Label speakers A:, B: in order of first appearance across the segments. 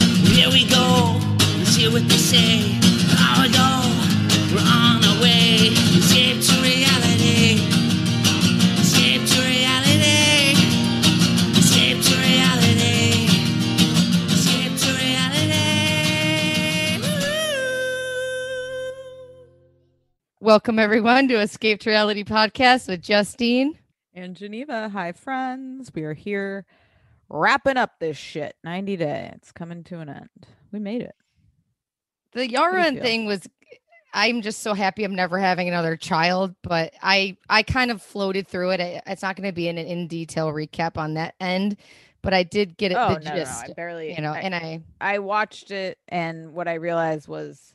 A: Here we go, let's hear what they say. An hour ago, we're on our way. Escape to reality. Escape to reality. Escape to reality. Escape to reality. Woo-hoo.
B: Welcome everyone to Escape to Reality podcast with Justine.
C: and Geneva. Hi, friends. We are here wrapping up this shit. 90 day. It's coming to an end. We made it.
B: The
C: you
B: Yaran
C: feel?
B: thing was I'm just so happy I'm never having another child, but I I kind of floated through it. I, it's not going to be an in detail recap on that end, but I did get it
C: oh,
B: the
C: no, no,
B: gist,
C: I barely,
B: you know,
C: I,
B: and I
C: I watched it, and what I realized was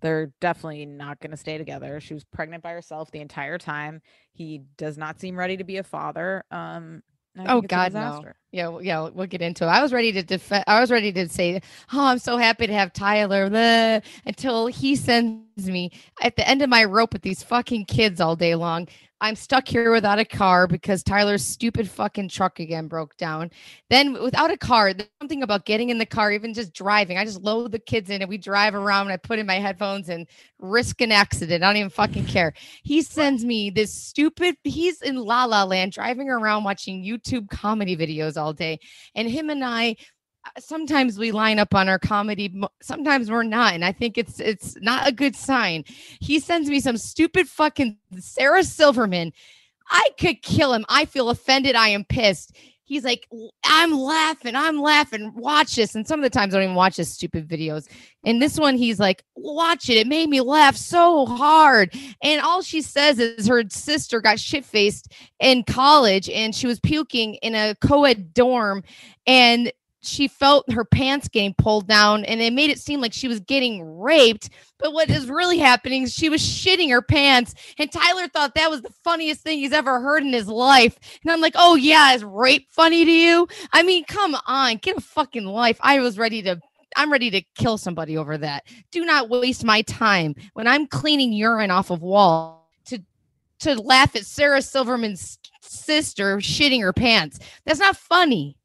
C: they're definitely not going to stay together. She was pregnant by herself the entire time. He does not seem ready to be a father. Um, I
B: Oh,
C: think it's a
B: God, no.
C: disaster.
B: yeah, w- yeah, we'll get into it. I was ready to defend. I was ready to say, "Oh, I'm so happy to have Tyler." bleh," until he sends me at the end of my rope with these fucking kids all day long. I'm stuck here without a car because Tyler's stupid fucking truck again broke down. Then without a car, there's something about getting in the car, even just driving. I just load the kids in and we drive around. And I put in my headphones and risk an accident. I don't even fucking care. He sends me this stupid. He's in La La Land, driving around watching YouTube comedy videos all day, and him and I. uh, Sometimes we line up on our comedy. mo- Sometimes we're not, and I think it's it's not a good sign. He sends me some stupid fucking Sarah Silverman. I could kill him. I feel offended. I am pissed. He's like, "L- I'm laughing. I'm laughing. Watch this. And some of the times I don't even watch his stupid videos. And this one, he's like, watch it. It made me laugh so hard. And all she says is her sister got shit faced in college and she was puking in a co ed dorm. And she felt her pants getting pulled down and it made it seem like she was getting raped. But what is really happening is she was shitting her pants. And Tyler thought that was the funniest thing he's ever heard in his life. And I'm like, oh, yeah, is rape funny to you? I mean, come on, get a fucking life. I was ready to. I'm ready to kill somebody over that. Do not waste my time when I'm cleaning urine off of wall to to laugh at Sarah Silverman's sister shitting her pants. That's not funny.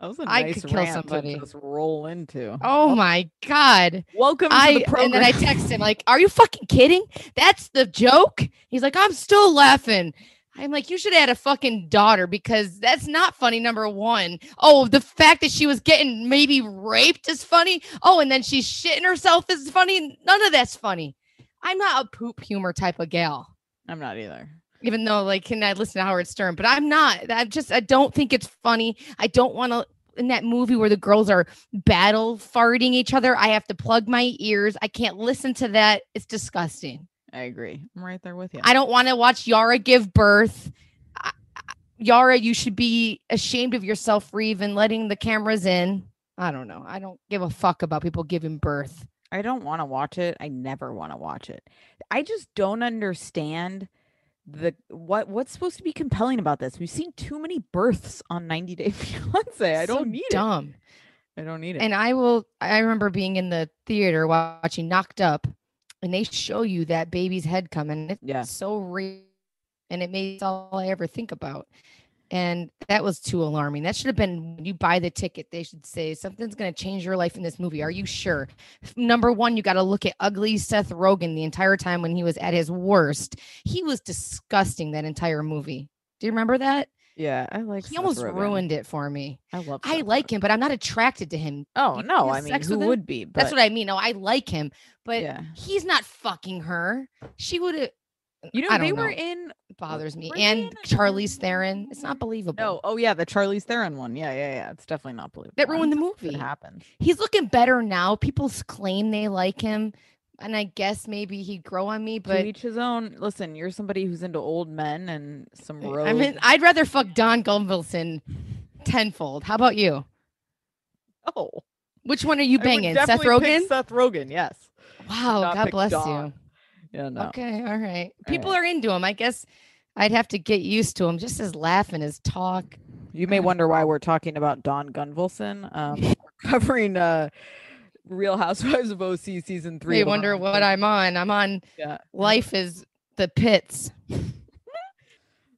C: That was a
B: I
C: nice
B: could kill
C: rant
B: somebody.
C: to just roll into.
B: Oh my god.
C: Welcome to
B: I
C: the
B: and
C: program.
B: then I text him like, "Are you fucking kidding? That's the joke." He's like, "I'm still laughing." I'm like, "You should have had a fucking daughter because that's not funny." Number one. Oh, the fact that she was getting maybe raped is funny. Oh, and then she's shitting herself is funny. None of that's funny. I'm not a poop humor type of gal
C: I'm not either.
B: even though like can I listen to Howard Stern, but I'm not. I just I don't think it's funny. I don't want to in that movie where the girls are battle farting each other. I have to plug my ears. I can't listen to that. It's disgusting.
C: I agree. I'm right there with you.
B: I don't want to watch Yara give birth. I, I- Yara, you should be ashamed of yourself for even letting the cameras in. I don't know. I don't give a fuck about people giving birth.
C: I don't want to watch it. I never want to watch it. I just don't understand the what what's supposed to be compelling about this. We've seen too many births on 90 Day Fiance. I
B: So
C: don't need
B: dumb.
C: it. I don't need it.
B: And I will. I remember being in the theater wa- watching Knocked Up, and they show you that baby's head coming. It's
C: Yeah.
B: so real, and it made it's all I ever think about. And that was too alarming. That should have been when you buy the ticket. They should say something's going to change your life in this movie. Are you sure? F- Number one, you got to look at ugly Seth Rogen the entire time when he was at his worst. He was disgusting that entire movie. Do you remember that?
C: yeah, I like
B: he
C: Seth
B: almost
C: Rogen.
B: ruined it for me.
C: I love
B: I
C: Seth
B: like him, but I'm not attracted to him.
C: Rogen. Oh
B: You
C: no,
B: have
C: I mean
B: sex
C: who
B: with him?
C: would be? But
B: That's what I mean. No, I like him, but
C: yeah.
B: he's not fucking her. She would have.
C: You know,
B: I
C: they
B: don't
C: were
B: know.
C: in
B: It bothers me.
C: were they in
B: And
C: a-
B: Charlize Theron. It's not believable.
C: no, oh yeah, the Charlize Theron one. Yeah, yeah, yeah. It's definitely not believable.
B: That
C: I
B: ruined the
C: don't
B: movie.
C: think It happens.
B: he's looking better now. People s- claim they like him, and I guess maybe he'd grow on me.
C: to
B: But
C: each his own. Listen, you're somebody who's into old men and some rogue.
B: I mean, I'd rather fuck Don Gunvalson tenfold. How about you?
C: oh,
B: Which one are you
C: I would
B: banging? Seth
C: definitely pick
B: Rogen?
C: Seth Rogen, yes.
B: wow,
C: not
B: God
C: pick
B: bless
C: Dawn.
B: you.
C: Yeah, no.
B: Okay, all right.
C: All
B: People
C: right.
B: are into him. I guess I'd have to get used to him. Just his laugh and his talk.
C: You may wonder why we're talking about Don Gunvalson. Um, we're covering uh, Real Housewives of OC season three.
B: They wonder what I'm on. I'm on
C: Yeah.
B: Life is the Pits.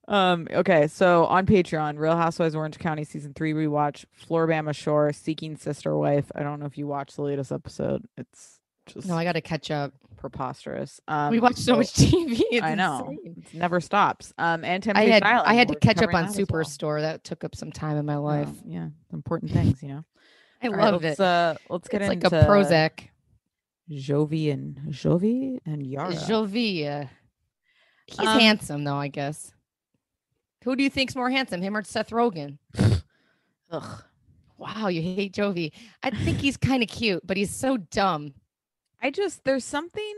C: Um, okay, so on Patreon, Real Housewives of Orange County season three rewatch, Floribama Shore, Seeking Sister Wife. I don't know if you watched the latest episode. It's just
B: No, I got to catch up.
C: preposterous. Um,
B: we watch so
C: so-
B: much TV. It's
C: I know.
B: insane.
C: it never stops. Um, and
B: I
C: Temptation
B: had
C: Island.
B: I had to
C: we're
B: catch up
C: covering
B: on
C: that as well.
B: Superstore. That took up some time in my
C: Yeah,
B: life.
C: yeah, important things, you know.
B: I
C: All right,
B: loved
C: let's,
B: it.
C: Uh, let's get
B: it's like
C: into
B: a Prozac.
C: Jovi and Jovi and Yara.
B: Jovia. He's
C: Um,
B: handsome though, I guess. Who do you think's more handsome, him or Seth Rogen?
C: Ugh.
B: Wow, you hate Jovi. I think he's kind of cute, but he's so dumb.
C: I just there's something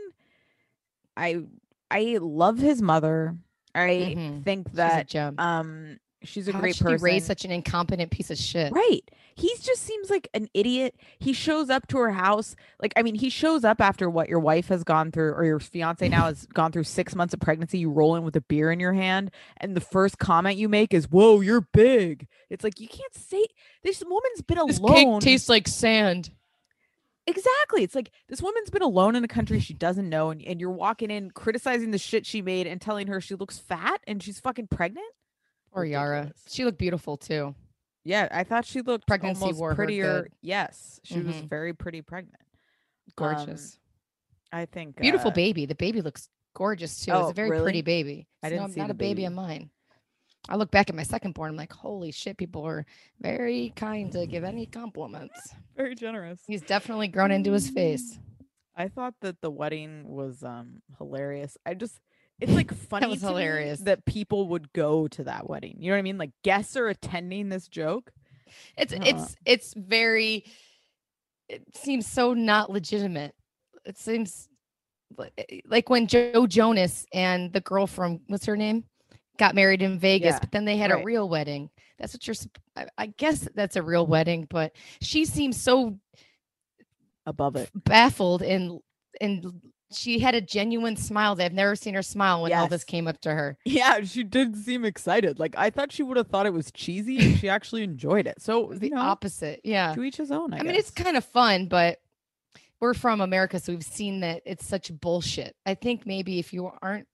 C: I I love his mother. I
B: Mhm.
C: think
B: She's a
C: that
B: gem.
C: um she's a
B: How
C: great
B: she
C: person.
B: raised such an incompetent piece of shit.
C: Right. He just seems like an idiot. He shows up to her house. Like, I mean, he shows up after what your wife has gone through or your fiance now has gone through six months of pregnancy. You roll in with a beer in your hand, and the first comment you make is, Whoa, you're big. It's like, you can't say this woman's been
B: This
C: alone.
B: cake tastes like sand.
C: Exactly. It's like this woman's been alone in a country she doesn't know, and, and you're walking in criticizing the shit she made and telling her she looks fat and she's fucking pregnant.
B: Or Yara.
C: Ridiculous.
B: She looked beautiful too.
C: Yeah, I thought she looked
B: Pregnancy
C: almost
B: wore her
C: prettier.
B: good.
C: Yes, she was
B: Mhm.
C: very pretty pregnant. Um,
B: Gorgeous.
C: I think
B: Beautiful
C: uh,
B: baby. The baby looks gorgeous too. it's
C: Oh,
B: a very
C: really?
B: pretty baby.
C: I
B: It's
C: didn't
B: not,
C: see
B: not
C: the
B: a baby,
C: baby.
B: of mine. I look back at my second born. I'm like, holy shit, people are very kind to give any compliments.
C: Very generous.
B: He's definitely grown into his face.
C: I thought that the wedding was um hilarious. I just it's like funny
B: was
C: to me
B: hilarious.
C: that people would go to that wedding. You know what I mean? Like guests are attending this joke.
B: It's
C: Yeah.
B: it's it's very. It seems so not legitimate. It seems li- eh, like when Joe Jonas and the girl from what's her name got married in Vegas,
C: Yeah,
B: but then they had
C: right.
B: a real wedding. That's what you're. sup- I, I guess that's a real wedding, but she seems so
C: Above it.
B: baffled and and she had a genuine smile that I've never seen her smile when
C: Yes.
B: Elvis came up to her.
C: Yeah, she did seem excited. Like I thought she would have thought it was cheesy and she actually enjoyed it.
B: It
C: So
B: was
C: you
B: the
C: know,
B: opposite. Yeah.
C: to each his own. I,
B: I, mean, it's
C: guess.
B: kind of fun, but we're from America, so we've seen that it's such bullshit. I think maybe if you aren't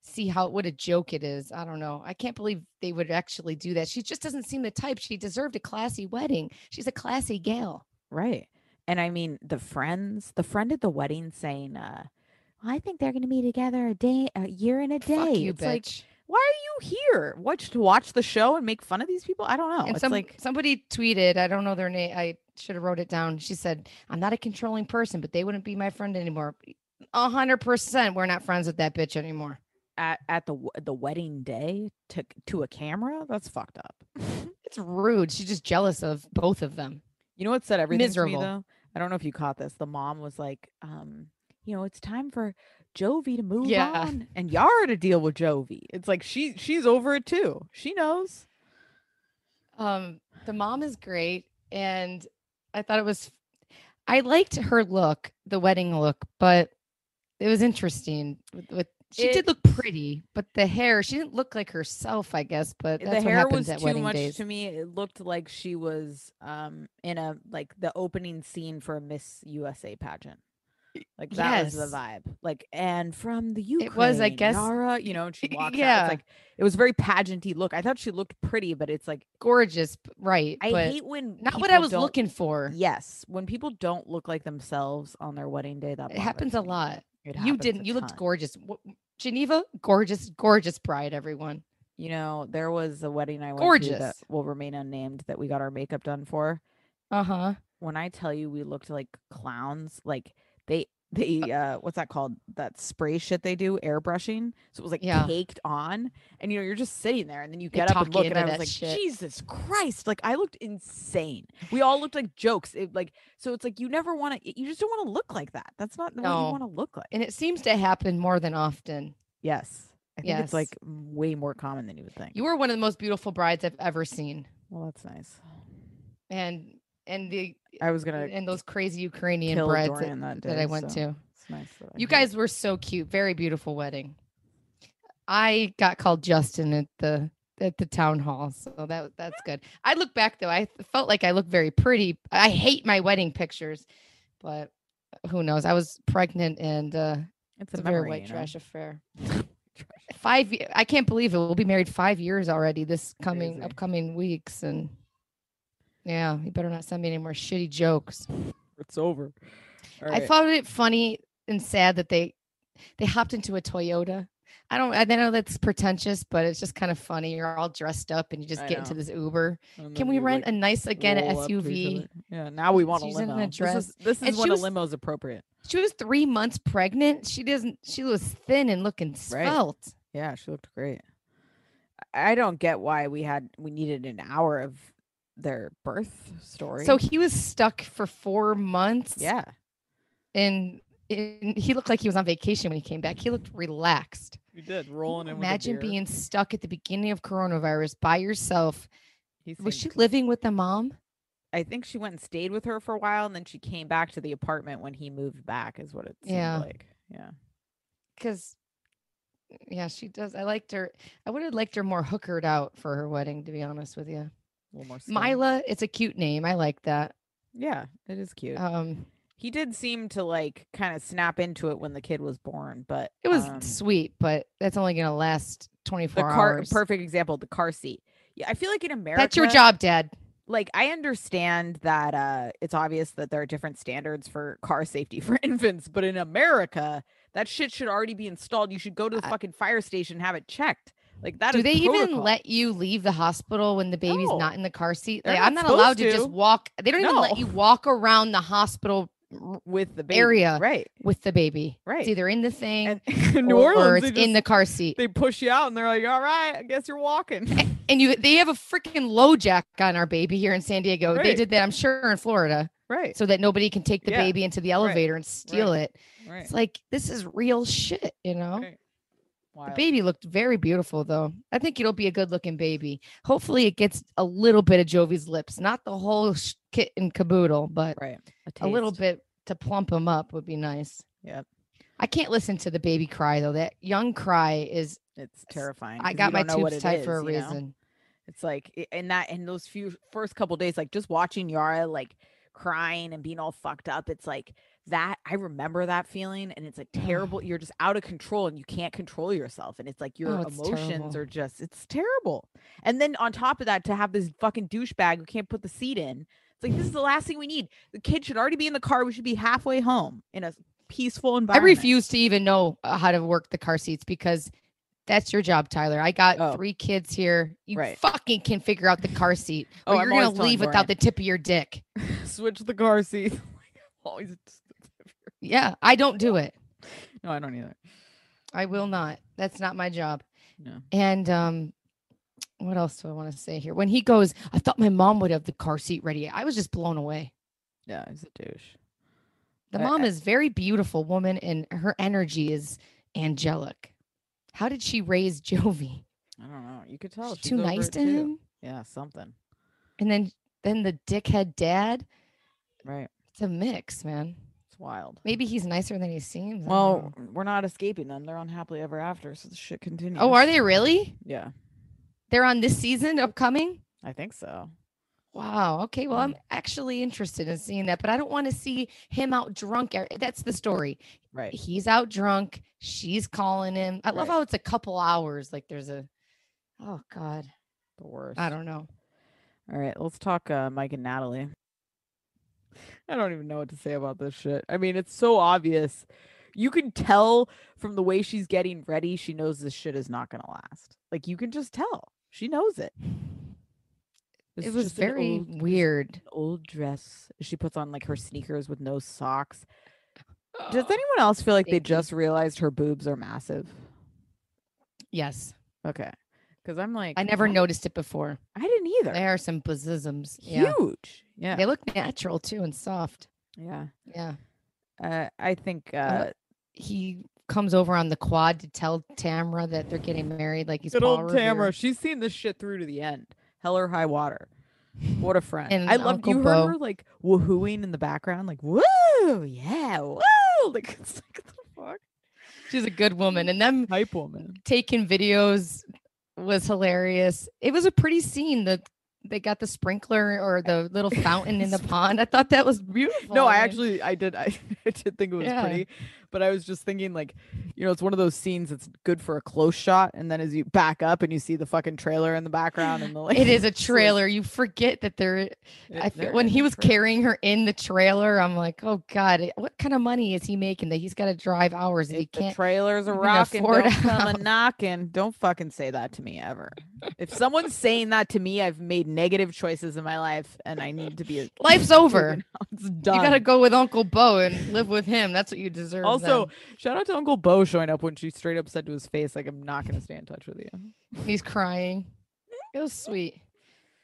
B: see how what a joke it is, I don't know. I can't believe they would actually do that. She just doesn't seem the type. She deserved a classy wedding. She's a classy gal.
C: Right. And I mean, the friends, the friend at the wedding saying, uh, I think they're going to be together a day, a year and a day.
B: Fuck you,
C: it's
B: bitch.
C: like, why are you here? What to watch the show and make fun of these people? I don't know.
B: and
C: oh, it's
B: some,
C: like,
B: somebody tweeted, I don't know their name. I should have wrote it down. She said, "I'm not a controlling person, but they wouldn't be my friend anymore." A hundred percent, we're not friends with that bitch anymore.
C: at, at the w- the wedding day to to a camera, that's fucked up.
B: It's rude. She's just jealous of both of them.
C: You know what said everything
B: Miserable.
C: to me though? I don't know if you caught this. The mom was like, um, you know, it's time for Jovi to move
B: Yeah.
C: on and Yara to deal with Jovi. It's like she she's over it too. She knows.
B: Um, the mom is great, and I thought it was. I liked her look, the wedding look, but it was interesting. With, with she
C: It-
B: did look pretty, but the hair, she didn't look like herself, I guess. But that's
C: the
B: what
C: hair
B: happens
C: was
B: at
C: too
B: wedding
C: much
B: days.
C: to me. It looked like she was um in a like the opening scene for a Miss USA pageant. Like that was
B: yes.
C: the vibe. Like and from the Ukraine,
B: was, I guess-
C: Yara. You know, and she walks out.
B: Yeah.
C: It's like it was very pageanty look. I thought she looked pretty, but it's like
B: Gorgeous, b- right?
C: I
B: but
C: hate when
B: not what I
C: people
B: was
C: don't-
B: looking for.
C: Yes, when people don't look like themselves on their wedding day, that
B: It happens a
C: bothers me.
B: lot.
C: It
B: You
C: happens
B: didn't.
C: a
B: You looked
C: ton.
B: gorgeous. W- Geneva, gorgeous, gorgeous bride, everyone.
C: You know, there was a wedding I went to that
B: Gorgeous.
C: will remain unnamed that we got our makeup done for.
B: Uh huh.
C: when I tell you we looked like clowns, like they they uh what's that called? That spray shit they do, airbrushing. So it was like
B: Yeah.
C: caked on. And you know, you're just sitting there and then you
B: They
C: get up and
B: talk
C: look
B: you
C: and I
B: into that
C: was like,
B: shit.
C: Jesus Christ. Like I looked insane. We all looked like jokes. It like so it's like you never want to you just don't want to look like that. That's not the way
B: No.
C: you want to look like.
B: And it seems to happen more than often.
C: Yes. I think
B: Yes.
C: it's like m- way more common than you would think.
B: You were one of the most beautiful brides I've ever seen,
C: well, that's nice.
B: and and the
C: I was gonna
B: and those crazy Ukrainian
C: kill
B: breads that,
C: Dorian that,
B: that I
C: day,
B: went
C: so
B: to.
C: It's nice that I
B: You
C: had-
B: guys were so cute. Very beautiful wedding. I got called Justin at the at the town hall, so that that's good. I look back though; I felt like I looked very pretty. I hate my wedding pictures, but who knows? I was pregnant and uh,
C: It's
B: it's
C: a
B: a very
C: memory,
B: white
C: you know?
B: trash affair. Five, ye- I can't believe it. We'll be married five years already this coming
C: Crazy.
B: upcoming weeks, and yeah, you better not send me any more shitty jokes.
C: It's over. All
B: I
C: right.
B: found it funny and sad that they they hopped into a Toyota. I don't. I know that's pretentious, but it's just kind of funny. You're all dressed up and you just
C: I
B: get into
C: know.
B: this Uber.
C: And then
B: Can we
C: you,
B: rent
C: like,
B: a nice again a
C: roll up to
B: SUV?
C: each other. Yeah, now we want a
B: She's in
C: limo.
B: an
C: This
B: address.
C: is, this
B: And
C: is
B: she
C: when
B: was-
C: a limo is appropriate.
B: She was three months pregnant. She doesn't. She was thin and looking svelte.
C: Yeah, she looked great. I I don't get why we had we needed an hour of their birth story.
B: So he was stuck for four months.
C: yeah,
B: and. and he looked like he was on vacation when he came back. He looked relaxed.
C: we did
B: Can you
C: rolling
B: Imagine being stuck at the beginning of coronavirus by yourself.
C: He
B: Was she
C: seemed-
B: living with the mom?
C: I think she went and stayed with her for a while, and then she came back to the apartment when he moved back. Is what it seemed
B: Yeah.
C: like. Yeah,
B: because yeah she does i liked her i would have liked her more hookered out for her wedding to be honest with you
C: a little more. skin.
B: mila it's a cute name i like that
C: Yeah, it is cute.
B: um
C: he did seem to like kind of snap into it when the kid was born, but
B: it was
C: um,
B: sweet but that's only gonna last 24
C: the car
B: hours
C: perfect example the car seat yeah i feel like in america
B: that's your job dad
C: like i understand that uh it's obvious that there are different standards for car safety for infants but in america that shit should already be installed you should go to the
B: I-
C: fucking fire station and have it checked like that
B: Uh do
C: is
B: they even
C: protocol.
B: let you leave the hospital when the baby's
C: No.
B: not in the car seat
C: They're
B: like
C: not
B: i'm not allowed to.
C: supposed
B: just
C: to.
B: walk they don't even let
C: No.
B: you walk around the hospital r-
C: with the baby.
B: area
C: right
B: with the baby
C: Right.
B: it's either in the thing
C: and in new
B: or,
C: orleans
B: or
C: they
B: it's
C: just,
B: in the car seat
C: they push you out and they're like all right i guess you're walking
B: and you they have a freaking low jack on our baby here in San Diego. They
C: Right.
B: did that, I'm sure, in Florida,
C: right
B: so that nobody can take the
C: Yeah.
B: baby into the elevator and steal it.
C: right
B: It's like this is real shit, you know.
C: Right.
B: The
C: Wild.
B: baby looked very beautiful though. I think it'll be a good looking baby. Hopefully it gets a little bit of Jovi's lips, not the whole sh- kit and caboodle, but
C: right
B: a little
C: taste.
B: bit to plump him up would be nice.
C: Yep.
B: I can't listen to the baby cry though. That young cry is
C: It's terrifying.
B: I
C: 'cause
B: got
C: you
B: my
C: don't know what
B: tubes
C: it
B: tied for a
C: is, you know?
B: reason.
C: It's like i- in that in those few first couple days, like just watching Yara like crying and being all fucked up. It's like that. I remember that feeling, and it's like
B: Ugh.
C: terrible. You're just out of control, and you can't control yourself, and it's like your
B: Oh, it's
C: emotions
B: terrible.
C: are just it's terrible. And then on top of that, to have this fucking douchebag who can't put the seat in. It's like this is the last thing we need. The kid should already be in the car. We should be halfway home in a peaceful
B: I
C: environment.
B: refuse to even know uh, how to work the car seats because that's your job, Tyler. I got
C: Oh.
B: three kids here. You
C: Right.
B: fucking can figure out the car seat, or
C: Oh, I'm
B: you're gonna
C: always telling
B: leave without the tip of your dick.
C: Switch the car seat. Always.
B: Yeah, I don't do it.
C: No, I don't either.
B: I will not. That's not my job.
C: No.
B: And um, what else do I want to say here? When he goes, I thought my mom would have the car seat ready. I was just blown away.
C: Yeah, he's a douche.
B: The
C: I-
B: mom
C: I-
B: is very beautiful woman, and her energy is angelic. How did she raise Jovi?
C: I don't know. You could
B: She's
C: tell Oh, she's
B: too
C: over
B: nice
C: it,
B: to
C: too.
B: him.
C: Yeah, something.
B: and then then the dickhead dad
C: Right.
B: it's a mix man
C: It's wild.
B: maybe he's nicer than he seems I don't
C: Well, we're not escaping them. They're unhappily ever after, so the shit continues.
B: know. oh are they really
C: Yeah,
B: they're on this season upcoming
C: I think so.
B: wow okay well i'm actually interested in seeing that but i don't want to see him out drunk e- that's the story
C: Right.
B: he's out drunk she's calling him i love
C: Right.
B: how it's a couple hours like there's a oh god
C: The worst.
B: i don't know
C: All right, let's talk uh, Mike and Natalie. I don't even know what to say about this shit. I mean, it's so obvious. You can tell from the way she's getting ready, she knows this shit is not going to last. Like, you can just tell. She knows it.
B: it
C: It's
B: was
C: just an
B: very
C: old-
B: weird
C: old dress. She puts on like her sneakers with no socks. Does
B: Oh,
C: anyone else feel like they
B: Stinky.
C: just realized her boobs are massive?
B: yes
C: Okay. Because I'm like,
B: i never
C: "What?"
B: noticed it before
C: I didn't either.
B: there are some bosoms yeah
C: Huge. Yeah.
B: They look natural too and soft.
C: Yeah.
B: Yeah.
C: Uh, I think.
B: Uh,
C: Uh,
B: He comes over on the quad to tell Tamara that they're getting married. Like he's Paul Revere.
C: She's seen this shit through to the end. Hell or high water. What a friend.
B: And
C: I love
B: Uncle
C: you
B: Bo.
C: heard her like woohooing in the background, like woo, yeah, woo. Like it's like what
B: She's a good woman. And them
C: the fuck? Hype woman.
B: taking videos was hilarious. It was a pretty scene. The they got the sprinkler or the little fountain in the pond. I thought that was beautiful.
C: No, I
B: mean,
C: actually I did I, I did think it was
B: Yeah.
C: pretty, but I was just thinking like, you know, it's one of those scenes that's good for a close shot, and then as you back up and you see the fucking trailer in the background and the like.
B: it is a
C: it's like,
B: trailer. You forget that there.
C: it-
B: I feel,
C: they're
B: when
C: in
B: he
C: the
B: was
C: trailer.
B: carrying her in the trailer, I'm like, oh god, it- what kind of money is he making that he's got to drive hours and he
C: If the
B: can't?
C: trailers are
B: even
C: rocking,
B: afford
C: don't
B: a
C: come a
B: house.
C: knocking. Don't fucking say that to me ever. if someone's saying that to me, I've made negative choices in my life, and I need to be. a-
B: Life's over.
C: It's done.
B: You got to go with Uncle Bo and live with him. That's what you deserve.
C: also,
B: then.
C: shout out to Uncle Bo showing up when she straight up said to his face, "Like I'm not gonna stay in touch with you."
B: he's crying. It was sweet,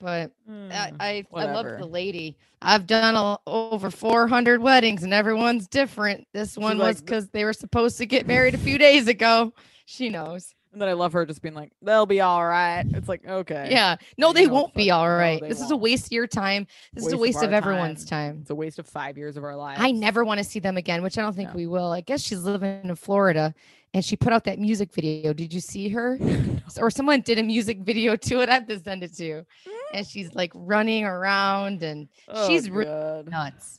B: but I
C: Mm.
B: I, I
C: whatever.
B: love the lady. I've done a, over 400 weddings and everyone's different. This one was
C: like-
B: because they were supposed to get married a few days ago. She knows.
C: And then I love her just being like, "They'll be all right." It's like, okay,
B: Yeah. No,
C: You
B: they
C: know,
B: won't
C: fuck,
B: be
C: no,
B: all right.
C: they
B: this is a
C: won't.
B: waste of your time. This is a
C: Waste
B: waste
C: of
B: of,
C: our
B: everyone's time.
C: it's a waste of five years of our lives.
B: I never want to see them again, which I don't think
C: No.
B: we will. I guess she's living in Florida and she put out that music video. Did you see her? Or someone did a music video to it. I have to send it to you. And she's like running around and
C: Oh,
B: she's really
C: good.
B: nuts.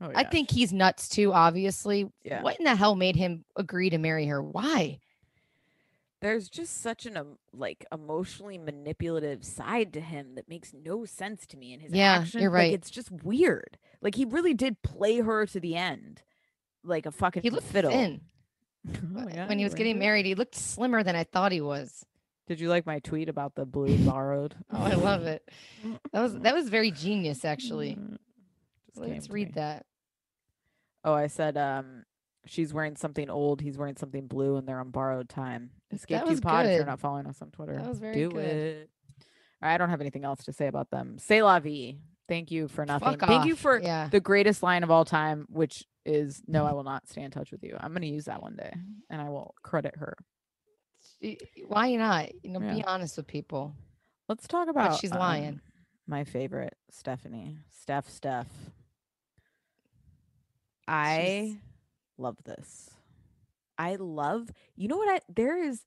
C: Oh,
B: I
C: yeah.
B: think he's nuts too, obviously.
C: Yeah.
B: What in the hell made him agree to marry her? Why?
D: there's just such an um, like emotionally manipulative side to him that makes no sense to me in his
B: Yeah, you're
D: actions.
B: right.
D: Like, it's just weird. Like he really did play her to the end, like a fucking
B: He looked
D: fiddle.
B: thin
C: Oh, yeah,
B: when he
C: you're
B: was
C: right.
B: getting married. He looked slimmer than I thought he was.
C: Did you like my tweet about the blue borrowed?
B: Oh, I love it. That was that was very genius, actually.
C: Mm, just came
B: Let's
C: to
B: read
C: me.
B: that.
C: Oh, I said, um, she's wearing something old. He's wearing something blue, and they're on borrowed time. Escape
B: was
C: Cube Pod. If you're
B: good.
C: not following us on Twitter,
B: That was very
C: do
B: good.
C: it. All right, I don't have anything else to say about them. Say la vie. Thank you for nothing.
B: Fuck
C: Thank you
B: off.
C: for
B: yeah.
C: the greatest line of all time, which is "No, I will not stay in touch with you." I'm gonna use that one day, and I will credit her.
B: Y- y- Why not? You know,
C: Yeah.
B: be honest with people.
C: Let's talk about.
B: she's lying.
C: um, my favorite, Stephanie. Steph. Steph. I love this.
D: I love. You know what? I there is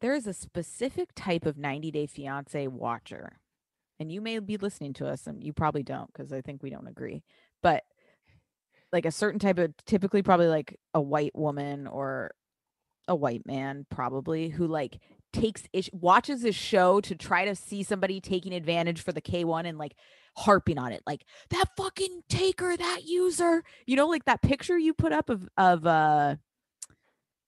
D: there is a specific type of 90 Day Fiance watcher.
C: and you may be listening to us and you probably don't because i think we don't agree but like a certain type of typically probably like a white woman or a white man probably who like
D: Takes ish, watches this show to try to see somebody taking advantage for the K1 and like harping on it, like that fucking taker, that user.
C: you know like that picture you put up of of uh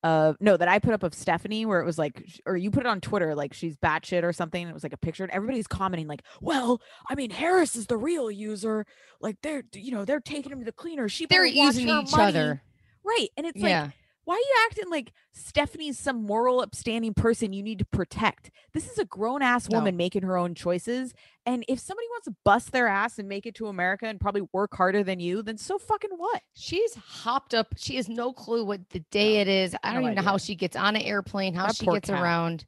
C: of no that i put up of stephanie where it was like sh- or you put it on twitter like she's batshit or something and it was like a picture and everybody's commenting like
D: Well, I mean, Harris is the real user. Like they're, you know, they're taking him to the cleaner. She
B: They're
D: better watch
B: using
D: her
B: each
D: money."
B: other.
D: right? And it's like
B: yeah.
D: Why are you acting like Stephanie's some moral, upstanding person you need to protect? This is a grown ass
B: No.
D: woman making her own choices. And if somebody wants to bust their ass and make it to America and probably work harder than you, then so fucking what?
B: She's hopped up. She has no clue what the day it is. I
C: no
B: don't even know how
C: idea.
B: she gets on an airplane, how
C: That
B: she
C: poor
B: gets
C: cat.
B: around,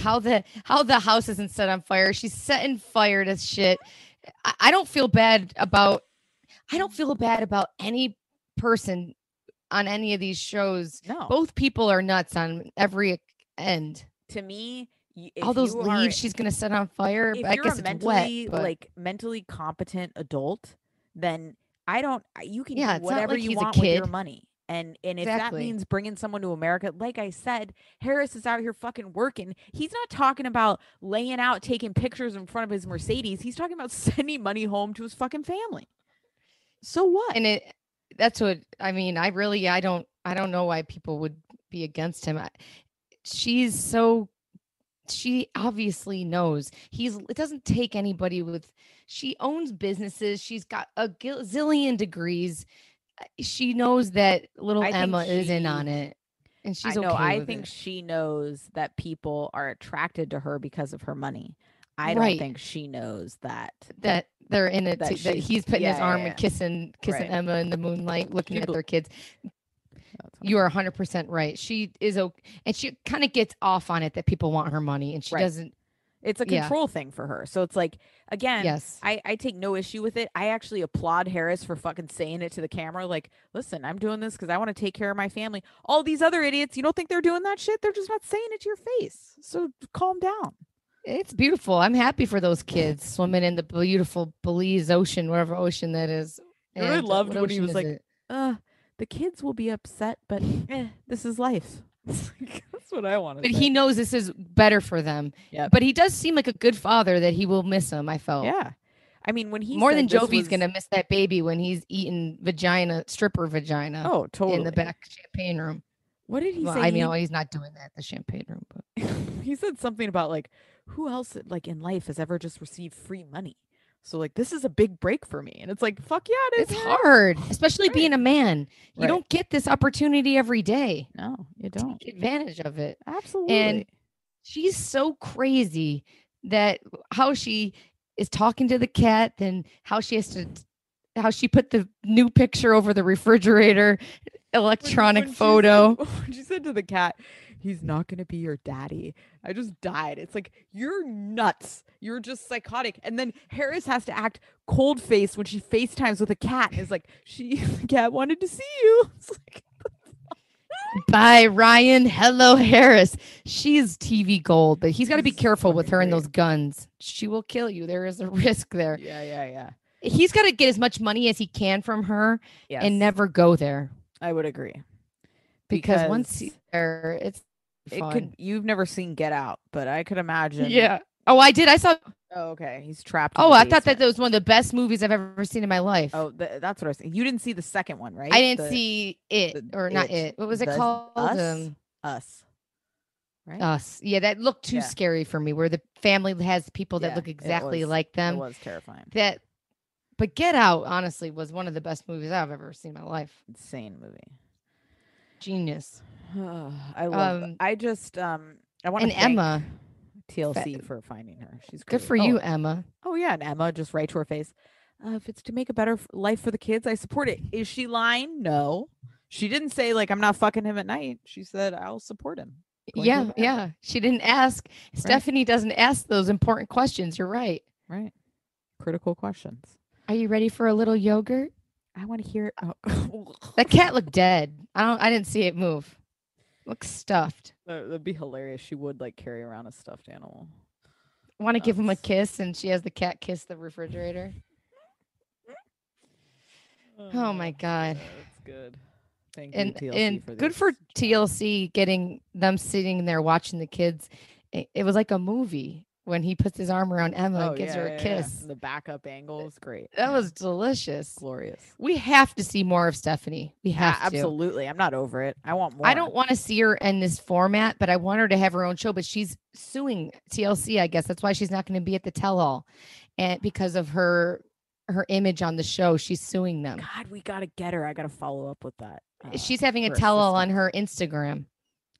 B: how the how the house isn't set on fire. She's setting fire to shit. I, I don't feel bad about I don't feel bad about any person on any of these shows.
C: no
B: Both people are nuts on every ac- end.
D: To me, y-
B: All
D: if
B: those
D: you are-
B: leaves she's gonna set on fire.
D: if
B: but I
D: you're
B: guess
D: a
B: it's wet.
D: mentally
B: but-
D: like mentally competent adult, then I don't. I- You can
B: Yeah,
D: do
B: it's not
D: whatever
B: like
D: you
B: he's a
D: want with your
B: kid.
D: money. And and if that
B: Exactly.
D: means bringing someone to America, like I said, Harris is out here fucking working. He's not talking about laying out, taking pictures in front of his Mercedes. He's talking about sending money home to his fucking family. So what?
B: and it that's what i mean i really i don't i don't know why people would be against him I, she's so she obviously knows he's it doesn't take anybody with she owns businesses she's got a gil- zillion degrees Uh, she knows that little
C: I think
B: emma is in on
C: she-
B: it and she's
C: I know.
B: okay
C: I
B: with
C: think
B: it.
C: she knows that people are attracted to her because of her money. I don't
B: Right.
C: think she knows that.
B: that they're in it
C: that
B: too, that
C: she's-
B: he's putting
C: yeah,
B: his
C: yeah,
B: arm
C: yeah.
B: and kissing kissing
C: Right.
B: emma in the moonlight looking
C: You
B: at
C: bel-
B: their kids
C: That's all.
B: you are 100% right she is okay and she kind of gets off on it that people want her money and she
C: Right.
B: doesn't
C: It's a
B: Yeah.
C: control thing for her. So it's like, again,
B: Yes.
C: I, I take no issue with it. I actually applaud Harris for fucking saying it to the camera. Like, listen, I'm doing this because I want to take care of my family. All these other idiots, you don't think they're doing that shit? They're just not saying it to your face. So calm down.
B: It's beautiful. I'm happy for those kids swimming in the beautiful Belize Ocean, whatever ocean that is.
C: I really
B: And, uh,
C: loved
B: what
C: when he
B: ocean
C: was
B: is
C: like,
B: it?
C: Uh, the kids will be upset, but eh, this is life. It's like, That's what I want
B: but he knows this is better for them.
C: Yep.
B: But he does seem like a good father that he will miss him. I felt.
C: yeah. I mean, when he
B: More
C: said
B: than
C: this
B: Jovi's
C: was-
B: gonna miss that baby when he's eating vagina stripper vagina
C: Oh, totally.
B: in the back champagne room.
C: What did he
B: Well,
C: say?
B: I mean,
C: He-
B: oh, he's not doing that at the champagne room, but
C: he said something about like who else like in life has ever just received free money so like this is a big break for me and it's like fuck yeah it is
B: it's
C: man.
B: hard, especially
C: Right.
B: being a man. You
C: Right.
B: don't get this opportunity every day.
C: no you don't
B: Take advantage of it.
C: absolutely
B: she's so crazy that how she is talking to the cat and how she has to how she put the new picture over the refrigerator
C: When-
B: electronic
C: when she said-
B: photo
C: when she said to the cat he's not gonna be your daddy i just died it's like you're nuts you're just psychotic and then harris has to act cold faced when she facetimes with a cat and is like she the cat wanted to see you it's like
B: by Ryan Hello Harris. She's TV gold, but he's got to be
C: She's
B: careful with
C: fucking
B: her and
C: great.
B: those guns. She will kill you. There is a risk there.
C: yeah yeah yeah
B: He's got to get as much money as he can from her
C: yes,
B: and never go there
C: i would agree
B: because, once
C: Because-
B: he's there, it's
C: It
B: fun.
C: could. You've never seen Get Out, but I could imagine.
B: yeah. Oh, I did. I saw
C: Oh, okay. He's trapped. in
B: Oh,
C: the
B: I thought that that
C: basement.
B: was one of the best movies I've ever seen in my life.
C: Oh, th- that's what I was saying. You didn't see the second one, right?
B: I didn't
C: The
B: see it
C: the-
B: or not
C: it,
B: it. What was it
C: the
B: called?
C: Us?
B: Um,
C: Us. Right.
B: us. Yeah, that looked too
C: Yeah.
B: scary for me. Where the family has people that
C: Yeah,
B: look
C: it
B: exactly
C: was-
B: like
C: That
B: them.
C: was terrifying.
B: That, but Get Out honestly was one of the best movies I've ever seen in my life.
C: Insane movie.
B: Genius.
C: I love.
B: Um,
C: I just um. I want
B: and
C: to thank
B: Emma.
C: TLC for finding her. She's
B: Good
C: great.
B: for
C: Oh,
B: you, Emma.
C: Oh yeah, and Emma just right to her face. Uh, if it's to make a better f- life for the kids, I support it. Is she lying? No, she didn't say like I'm not fucking him at night. She said I'll support him. going to
B: Yeah,
C: America.
B: yeah. She didn't ask. Stephanie doesn't ask those important questions. You're right.
C: Right. Critical questions.
B: Are you ready for a little yogurt?
C: I want to hear. Oh.
B: That cat looked dead. I don't. I didn't see it move. Looks stuffed.
C: That- That'd be hilarious. She would like carry around a stuffed animal.
B: Want to give him a
C: Nuts.
B: kiss, and she has the cat kiss the refrigerator. Oh my god!
C: That's good. Thank
B: And
C: you, TLC,
B: and
C: for
B: good for
C: these chats.
B: TLC getting them sitting there watching the kids. It, it was like a movie when he puts his arm around Emma
C: Oh,
B: and gives
C: yeah,
B: her
C: yeah,
B: a
C: yeah.
B: kiss.
C: The backup angle is great.
B: That was delicious.
C: glorious.
B: We have to see more of Stephanie. We
C: Yeah,
B: have to.
C: absolutely. I'm not over it. I want more.
B: I don't want to see her in this format, but I want her to have her own show. But she's suing TLC, I guess. That's why she's not going to be at the tell-all, and because of her her image on the show, she's suing them.
C: God, we gotta get her. I gotta follow up with that. uh,
B: Eh, she's having a
C: her
B: tell-all on
C: assistant.
B: her Instagram.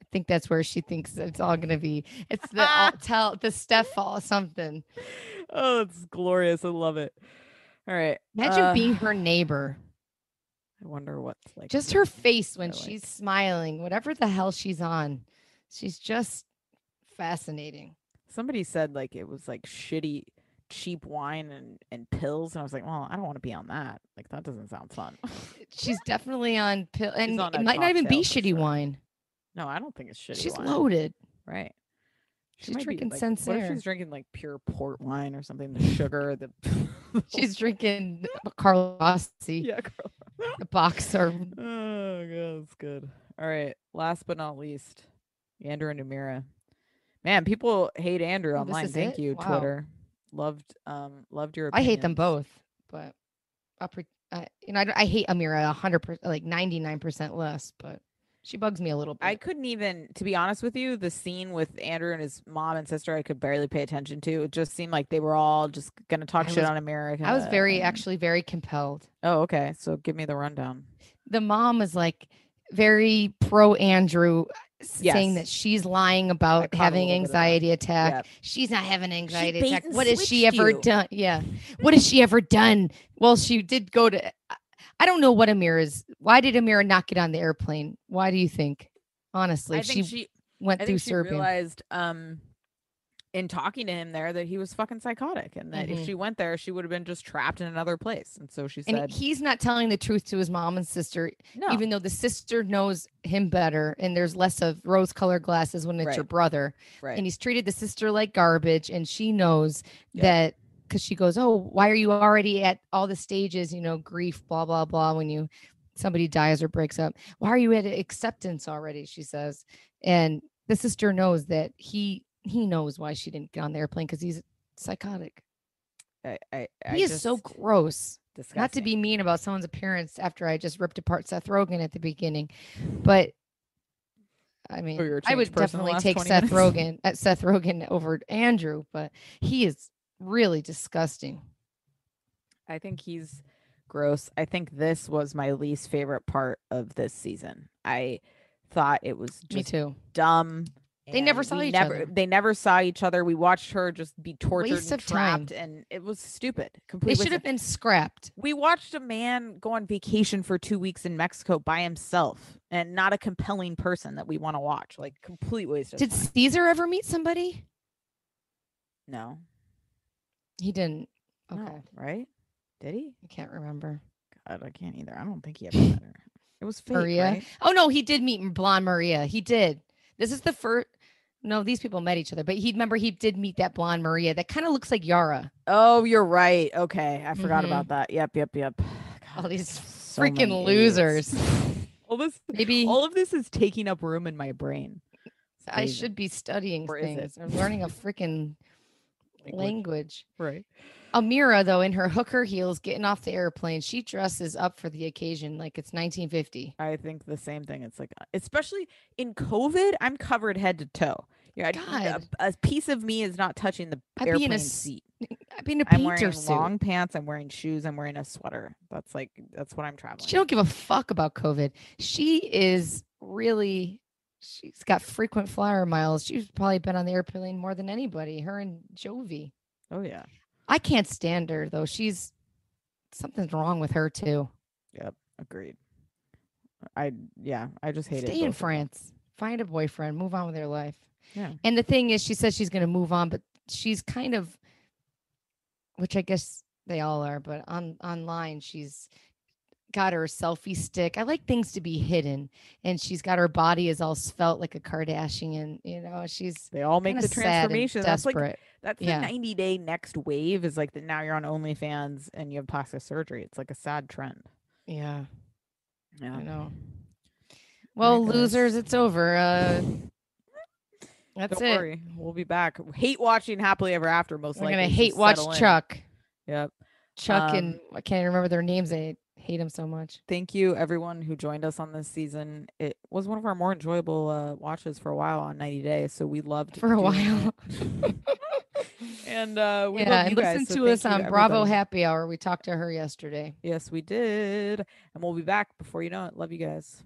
B: I think that's where she thinks it's all going to be. It's the all, tell the Steph all something.
C: Oh, it's glorious. I love it. All right.
B: Imagine
C: uh,
B: being her neighbor.
C: I wonder what's like
B: Just her face when
C: I like-
B: she's smiling, whatever the hell she's on. She's just fascinating.
C: Somebody said like it was like shitty, cheap wine and and pills, and I was like, well, I don't want to be on that. Like that doesn't sound fun.
B: She's definitely on pill, and
C: on
B: it
C: a
B: might not even be
C: cocktail for
B: shitty
C: sure.
B: wine.
C: no, I don't think it's shitty.
B: She's
C: wine.
B: loaded.
C: right?
B: She's
C: might be,
B: drinking
C: like, What if
B: Sancerre.
C: she's drinking like pure port wine or something? The sugar, the
B: She's drinking Carl Rossi,
C: yeah. Girl.
B: a box or
C: Oh god, that's good. All right. Last but not least, Andrew and Amira. Man, people hate Andrew
B: Oh, this
C: online.
B: is
C: Thank
B: it?
C: you,
B: Wow.
C: Twitter. Loved, um, loved your.
B: I hate them
C: opinions.
B: both, but I pre- I you know, I, don't- I hate Amira a hundred percent, like ninety nine percent less, but she bugs me a little bit.
C: I couldn't even, to be honest with you, the scene with Andrew and his mom and sister, I could barely pay attention to. It just seemed like they were all just gonna talk
B: I
C: shit
B: was-
C: on America.
B: I was very
C: and-
B: actually very compelled.
C: Oh, okay. So give me the rundown.
B: The mom is like very pro Andrew, s- saying that
C: Yes.
B: she's lying
C: I
B: about
C: caught a
B: having
C: little bit of that.
B: anxiety attack.
C: Yep.
B: She's not having an anxiety
C: bait
B: attack.
C: and
B: What has she
C: switched
B: ever
C: you.
B: done? Yeah. What has she ever done? Well, she did go to I- I don't know what Amira's why did Amira not get on the airplane? Why do you think? Honestly,
C: I
B: if she,
C: think she,
B: went
C: I
B: through
C: think she
B: Serbia.
C: realized um in talking to him there that he was fucking psychotic and that if
B: Mhm.
C: she went there, she would have been just trapped in another place. And so she
B: And
C: said,
B: he's not telling the truth to his mom and sister,
C: No,
B: even though the sister knows him better and there's less of rose colored glasses when it's your
C: Right.
B: brother.
C: right.
B: And he's treated the sister like garbage. And she knows
C: Yeah.
B: that because she goes, Oh, why are you already at all the stages, you know, grief, blah, blah, blah, when you somebody dies or breaks up? Why are you at acceptance already? She says. And the sister knows that he he knows why she didn't get on the airplane because he's psychotic.
C: I, I, I
B: He is so
C: just-
B: gross. Not to
C: disgusting.
B: be mean about someone's appearance after I just ripped apart Seth Rogen at the beginning, but I mean,
C: Oh, you're a
B: I
C: changed
B: would
C: person in
B: definitely
C: the last
B: take
C: 20
B: Seth
C: minutes.
B: Rogen at Seth Rogen over Andrew, but he is really disgusting.
C: I think he's gross. I think this was my least favorite part of this season. I thought it was
B: Me
C: just
B: too.
C: dumb.
B: They never
C: and
B: saw
C: we
B: each
C: never-
B: other.
C: They never saw each other. We watched her just be tortured
B: Waste
C: and
B: of time.
C: trapped, and it was stupid.
B: They
C: Completely.
B: should
C: waste
B: have
C: of-
B: been scrapped.
C: we watched a man go on vacation for two weeks in Mexico by himself, and not a compelling person that we want to watch. Like complete waste of
B: Did
C: time.
B: Caesar ever meet somebody?
C: No.
B: He didn't. Okay,
C: No. Right? Did he?
B: I can't remember.
C: God, I can't either. I don't think he ever met her. It was fake,
B: Maria?
C: right?
B: Oh no, he did meet blonde Maria. He did. This is the first. No, these people met each other, but he remember he did meet that blonde Maria that kind of looks like Yara.
C: Oh, you're right. Okay. I forgot
B: Mhm.
C: about that. Yep, yep, yep. God,
B: these
C: so
B: freaking
C: many idiots. all this
B: Maybe
C: all of this is taking up room in my brain. It's
B: I
C: crazy.
B: should be studying
C: Or is it?
B: things. I'm learning a freaking language.
C: right.
B: Amira, though, in her hooker heels, getting off the airplane, she dresses up for the occasion like it's 1950.
C: I think the same thing. It's like uh, especially in COVID, I'm covered head to toe. Yeah, I-
B: God.
C: A, a piece of me is not touching the
B: I'd be in a
C: airplane
B: s-
C: seat.
B: I've been a
C: I'm
B: painter
C: wearing
B: suit.
C: long pants. I'm wearing shoes. I'm wearing a sweater. That's like that's what I'm traveling.
B: She don't give a fuck about COVID. She is really. She's got frequent flyer miles. She's probably been on the airplane more than anybody. Her and Jovi.
C: oh yeah.
B: I can't stand her though. She's something's wrong with her too.
C: Agreed. I yeah. I just hate it.
B: Stay in France. Find a boyfriend. Move on with your life.
C: Yeah.
B: And the thing is, she says she's going to move on, but she's kind of, which I guess they all are, but on online she's got her selfie stick. I like things to be hidden, and she's got her body is all svelte like a Kardashian. You know, she's
C: They all make
B: kinda
C: the
B: sad and
C: transformation. That's like
B: Desperate.
C: That's the
B: Yeah.
C: 90 day next wave is like that now you're on OnlyFans and you have plastic surgery. It's like a sad trend.
B: yeah,
C: Yeah.
B: I know. Well,
C: goes.
B: losers, it's over. Uh, that's
C: Don't
B: it.
C: worry. We'll be back. Hate watching Happily Ever After most
B: We're
C: likely.
B: gonna
C: so
B: hate watch
C: settle in.
B: Chuck.
C: Yep.
B: Chuck
C: Um,
B: and I can't remember their names. I hate them so much.
C: Thank you everyone who joined us on this season. It was one of our more enjoyable uh, watches for a while on 90 days. So we loved
B: For a
C: doing
B: while.
C: it. and uh, we
B: yeah,
C: love
B: and
C: you guys,
B: listen
C: so
B: to
C: thank
B: us
C: you
B: on Bravo
C: everybody.
B: Happy Hour. We talked to her yesterday.
C: Yes, we did. And we'll be back before you know it. Love you guys.